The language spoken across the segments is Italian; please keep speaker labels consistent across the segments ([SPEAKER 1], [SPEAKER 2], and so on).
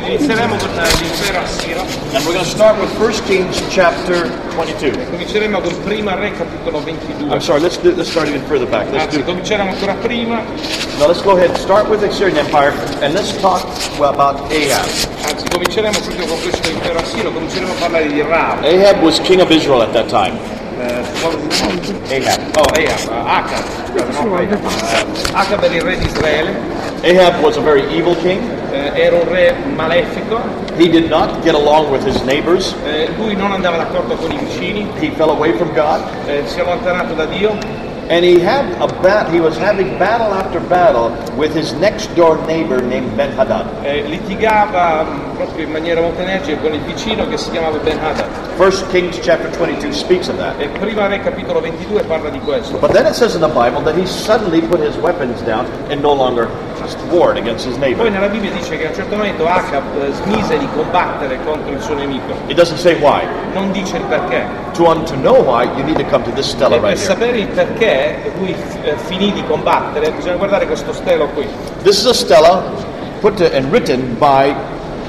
[SPEAKER 1] Inizieremo con l'impero a Sira,
[SPEAKER 2] And we're going to start with 1 Kings chapter 22.
[SPEAKER 1] cominceremo col prima re capitolo
[SPEAKER 2] I'm
[SPEAKER 1] 22,
[SPEAKER 2] sorry, let's do, let's start even further back. Let's
[SPEAKER 1] anzi
[SPEAKER 2] do,
[SPEAKER 1] cominceremo ancora prima,
[SPEAKER 2] now let's go ahead and start with the Assyrian Empire and let's talk about Ahab.
[SPEAKER 1] anzi cominceremo proprio con questo impero a Sira, cominceremo a parlare di Raab,
[SPEAKER 2] Ahab was king of Israel at that time.
[SPEAKER 1] eh, for-
[SPEAKER 2] Ahab.
[SPEAKER 1] oh Ahab, Acab, scusate, no, Ahab. Acab era il re di Israele,
[SPEAKER 2] Ahab was a very evil king.
[SPEAKER 1] eh, era un re malefico,
[SPEAKER 2] He did not get along with his neighbors.
[SPEAKER 1] eh, lui non andava d'accordo con i vicini,
[SPEAKER 2] He fell away from God.
[SPEAKER 1] eh, si era allontanato da Dio,
[SPEAKER 2] And he had a bat he was having battle after battle with his next door neighbor named Ben-Hadad.
[SPEAKER 1] eh, litigava mh, proprio in maniera molto energica con il vicino che si chiamava Ben Hadad.
[SPEAKER 2] 1 Kings chapter 22 speaks of that.
[SPEAKER 1] E prima re capitolo 22 parla di questo.
[SPEAKER 2] But then it says in the Bible that he suddenly put his weapons down and no longer warred against his
[SPEAKER 1] Poi
[SPEAKER 2] neighbor.
[SPEAKER 1] nella Bibbia dice che a un certo momento Acab eh, smise di combattere contro il suo nemico,
[SPEAKER 2] It doesn't say why.
[SPEAKER 1] non dice il perché.
[SPEAKER 2] To un to know why, you need to come to this
[SPEAKER 1] E
[SPEAKER 2] stella
[SPEAKER 1] per
[SPEAKER 2] right here.
[SPEAKER 1] sapere il perché lui eh, finì di combattere bisogna guardare questo stelo qui.
[SPEAKER 2] This is a stella put to, and written by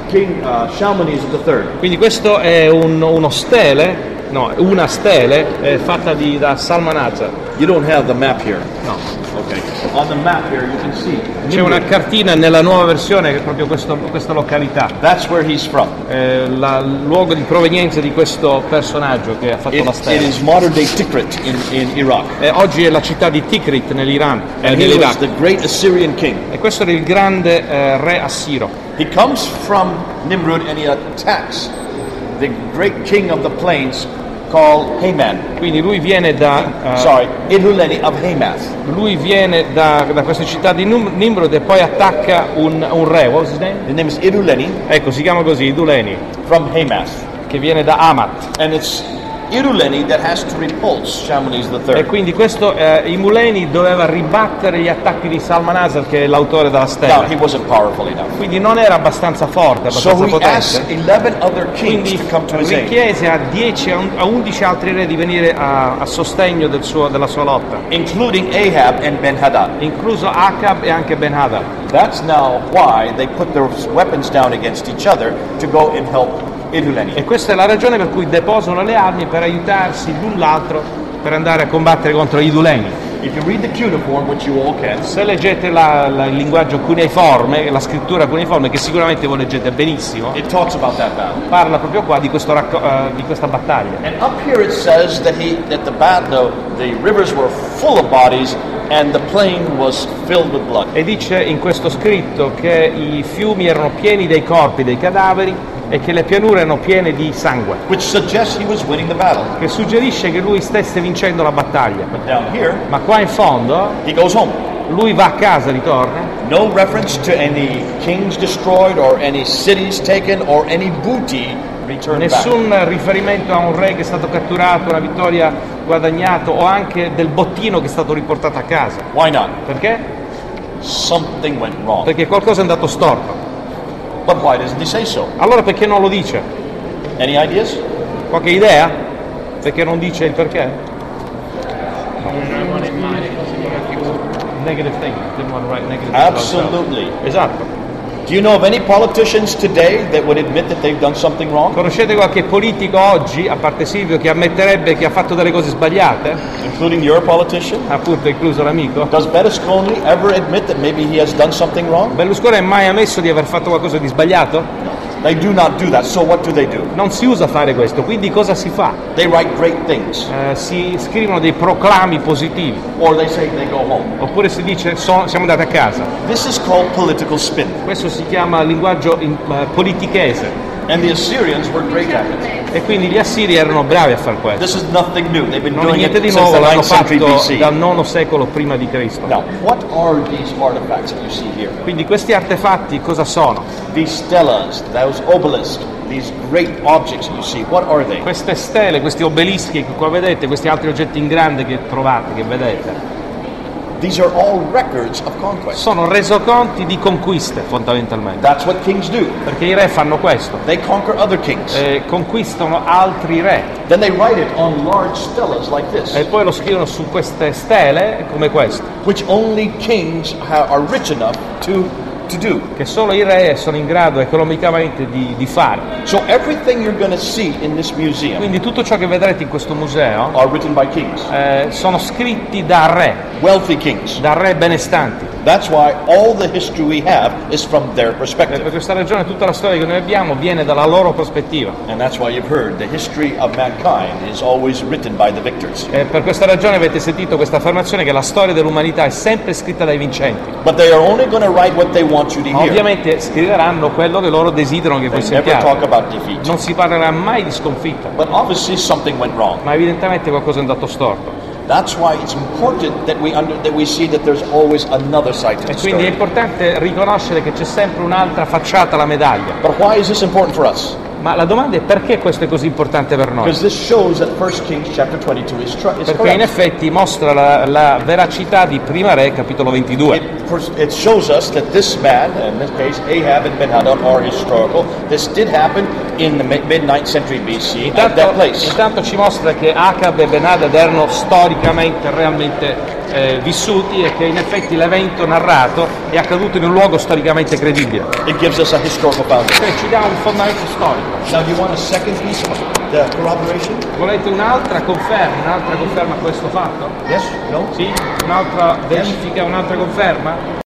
[SPEAKER 2] King uh, Shalmaneser III.
[SPEAKER 1] Quindi questo è un- uno stele, no, una stele eh, fatta di- da Salmanazar.
[SPEAKER 2] You don't have the map here.
[SPEAKER 1] No.
[SPEAKER 2] Okay. On the map here, you can see.
[SPEAKER 1] C'è una cartina nella nuova versione che è proprio questo- questa località.
[SPEAKER 2] That's where he's from.
[SPEAKER 1] eh, la- il luogo di provenienza di questo personaggio che ha fatto
[SPEAKER 2] It,
[SPEAKER 1] la
[SPEAKER 2] it
[SPEAKER 1] stella.
[SPEAKER 2] is modern day Tikrit in, in Iraq.
[SPEAKER 1] Eh, oggi è la città di Tikrit nell'Iran, eh,
[SPEAKER 2] And he was
[SPEAKER 1] nell'Iraq.
[SPEAKER 2] the great Assyrian king.
[SPEAKER 1] E questo era il grande eh, re Assiro.
[SPEAKER 2] He comes from Nimrud and he attacks the great king of the plains called Haman.
[SPEAKER 1] Quindi lui viene da, eh,
[SPEAKER 2] Sorry, Idhuleni of Hamath.
[SPEAKER 1] lui viene da, da questa città di Num- Nimrod e poi attacca un, un re. What was his name?
[SPEAKER 2] His name is Idhuleni
[SPEAKER 1] Ecco, si chiama così, Duleni,
[SPEAKER 2] from Hamath.
[SPEAKER 1] che viene da Amat.
[SPEAKER 2] And it's Idhuleni that has to repulse Shamaniz
[SPEAKER 1] E
[SPEAKER 2] III.
[SPEAKER 1] quindi questo, eh, Imuleni doveva ribattere gli attacchi di Salmanasar, che è l'autore della
[SPEAKER 2] Now,
[SPEAKER 1] stella.
[SPEAKER 2] he wasn't powerful enough.
[SPEAKER 1] Quindi non era abbastanza forte,
[SPEAKER 2] So
[SPEAKER 1] abbastanza
[SPEAKER 2] he asked
[SPEAKER 1] potente.
[SPEAKER 2] 11 other kings
[SPEAKER 1] Quindi
[SPEAKER 2] to come to his aid,
[SPEAKER 1] richiese a 10 a un- a 11 altri re di venire a, a sostegno del suo- della sua lotta,
[SPEAKER 2] including Ahab and Ben-Hadad.
[SPEAKER 1] incluso Acab e anche Ben Hadad.
[SPEAKER 2] That's now why they put their weapons down against each other to go and help Idhuleni.
[SPEAKER 1] E questa è la ragione per cui deposano le armi per aiutarsi l'un l'altro per andare a combattere contro gli Iduleni.
[SPEAKER 2] If you read the cuneiform, which you all can,
[SPEAKER 1] Se leggete la- la- il linguaggio cuneiforme, la scrittura cuneiforme, che sicuramente voi leggete benissimo,
[SPEAKER 2] it talks about that battle.
[SPEAKER 1] parla proprio qua di, questo racco- eh, di questa battaglia.
[SPEAKER 2] And up here it says that he that the bat the, the rivers were full of bodies and the plain was filled with blood.
[SPEAKER 1] E dice in questo scritto che i fiumi erano pieni dei corpi, dei cadaveri e che le pianure erano piene di sangue.
[SPEAKER 2] Which suggests he was winning the battle.
[SPEAKER 1] che suggerisce che lui stesse vincendo la battaglia.
[SPEAKER 2] But down here
[SPEAKER 1] Ma qua in fondo
[SPEAKER 2] he goes home.
[SPEAKER 1] lui va a casa, ritorna,
[SPEAKER 2] No reference to any kings destroyed or any cities taken or any booty returned back.
[SPEAKER 1] nessun riferimento a un re che è stato catturato, una vittoria guadagnata o anche del bottino che è stato riportato a casa.
[SPEAKER 2] Why not?
[SPEAKER 1] Perché?
[SPEAKER 2] Something went wrong.
[SPEAKER 1] Perché qualcosa è andato storto.
[SPEAKER 2] But why doesn't he say so?
[SPEAKER 1] Allora perché non lo dice?
[SPEAKER 2] Any ideas?
[SPEAKER 1] Qualche idea? Perché non dice il perché? Negative thing, didn't want to write negative thing.
[SPEAKER 2] Absolutely.
[SPEAKER 1] Esatto.
[SPEAKER 2] Do you know of any politicians today that would admit that they've done something wrong?
[SPEAKER 1] Conoscete qualche politico oggi, a parte Silvio, che ammetterebbe che ha fatto delle cose sbagliate?
[SPEAKER 2] Including your politician?
[SPEAKER 1] Appunto, incluso l'amico.
[SPEAKER 2] Does Berlusconi ever admit that maybe he has done something wrong?
[SPEAKER 1] Berlusconi ha mai ammesso di aver fatto qualcosa di sbagliato?
[SPEAKER 2] They do not do that. So what do they do?
[SPEAKER 1] Non si usa fare questo, quindi cosa si fa?
[SPEAKER 2] They write great things,
[SPEAKER 1] Eh, si scrivono dei proclami positivi,
[SPEAKER 2] or they say they go home.
[SPEAKER 1] oppure si dice "So- siamo andati a casa.
[SPEAKER 2] This is called political spin,
[SPEAKER 1] Questo si chiama linguaggio in- eh, politichese
[SPEAKER 2] and the Assyrians were great at it.
[SPEAKER 1] e quindi gli assiri erano bravi a far questo.
[SPEAKER 2] This is nothing new. They've been
[SPEAKER 1] Non è
[SPEAKER 2] doing it
[SPEAKER 1] niente di
[SPEAKER 2] since
[SPEAKER 1] nuovo,
[SPEAKER 2] the
[SPEAKER 1] l'hanno
[SPEAKER 2] 9th century
[SPEAKER 1] fatto dal
[SPEAKER 2] BC.
[SPEAKER 1] IX secolo prima di Cristo.
[SPEAKER 2] Now, what are these artifacts that you see here?
[SPEAKER 1] Quindi questi artefatti cosa sono?
[SPEAKER 2] These stelas, those obelisks, these great objects that you see. What are they?
[SPEAKER 1] Queste stele, questi obelischi che qua vedete, questi altri oggetti in grande che trovate, che vedete,
[SPEAKER 2] These are all records of conquest.
[SPEAKER 1] sono resoconti di conquiste fondamentalmente.
[SPEAKER 2] That's what kings do.
[SPEAKER 1] Perché i re fanno questo,
[SPEAKER 2] They conquer other kings.
[SPEAKER 1] eh, conquistano altri re
[SPEAKER 2] Then they write it on large stelas like this.
[SPEAKER 1] e poi lo scrivono su queste stele come queste,
[SPEAKER 2] which only kings ha- are rich enough to to do.
[SPEAKER 1] che solo i re sono in grado economicamente di, di fare.
[SPEAKER 2] So everything you're going to see in this museum
[SPEAKER 1] Quindi tutto ciò che vedrete in questo museo
[SPEAKER 2] are written by kings,
[SPEAKER 1] eh, sono scritti da re,
[SPEAKER 2] wealthy kings.
[SPEAKER 1] da re benestanti.
[SPEAKER 2] That's why all the history we have is from their
[SPEAKER 1] E per
[SPEAKER 2] perspective.
[SPEAKER 1] questa ragione tutta la storia che noi abbiamo viene dalla loro prospettiva.
[SPEAKER 2] And that's why you've heard the history of mankind is always written by the victors.
[SPEAKER 1] E per questa ragione avete sentito questa affermazione che la storia dell'umanità è sempre scritta dai vincenti.
[SPEAKER 2] But they are only going to write what they want you to
[SPEAKER 1] Ma
[SPEAKER 2] hear.
[SPEAKER 1] ovviamente scriveranno quello che loro desiderano che voi
[SPEAKER 2] They never talk
[SPEAKER 1] sentiate.
[SPEAKER 2] about defeat.
[SPEAKER 1] Non si parlerà mai di sconfitta,
[SPEAKER 2] But obviously something went wrong.
[SPEAKER 1] ma evidentemente qualcosa è andato storto.
[SPEAKER 2] That's why it's important that we under, that we see that there's always another side to
[SPEAKER 1] E
[SPEAKER 2] the
[SPEAKER 1] quindi è
[SPEAKER 2] story.
[SPEAKER 1] importante riconoscere che c'è sempre un'altra facciata alla medaglia.
[SPEAKER 2] But why is this important for us?
[SPEAKER 1] Ma la domanda è perché questo è così importante per noi?
[SPEAKER 2] Because this shows that 1 Kings chapter 22 is, tr- is
[SPEAKER 1] Perché in
[SPEAKER 2] correct.
[SPEAKER 1] effetti mostra la, la veracità di Prima Re, capitolo 22.
[SPEAKER 2] It, pers- it shows us that this man, in this case Ahab and Ben-Hadad, are historical. This did happen in the mi- mid-ninth century BC at that
[SPEAKER 1] Intanto,
[SPEAKER 2] place.
[SPEAKER 1] intanto ci mostra che Acab e Benadad erano storicamente realmente eh, vissuti e che in effetti l'evento narrato è accaduto in un luogo storicamente credibile.
[SPEAKER 2] It gives us a historical foundation.
[SPEAKER 1] Cioè ci dà un fondamento storico.
[SPEAKER 2] Now, do you want a second piece of the corroboration?
[SPEAKER 1] Volete un'altra conferma, un'altra conferma a questo fatto?
[SPEAKER 2] Yes? No?
[SPEAKER 1] Sì? Un'altra verifica, un'altra conferma?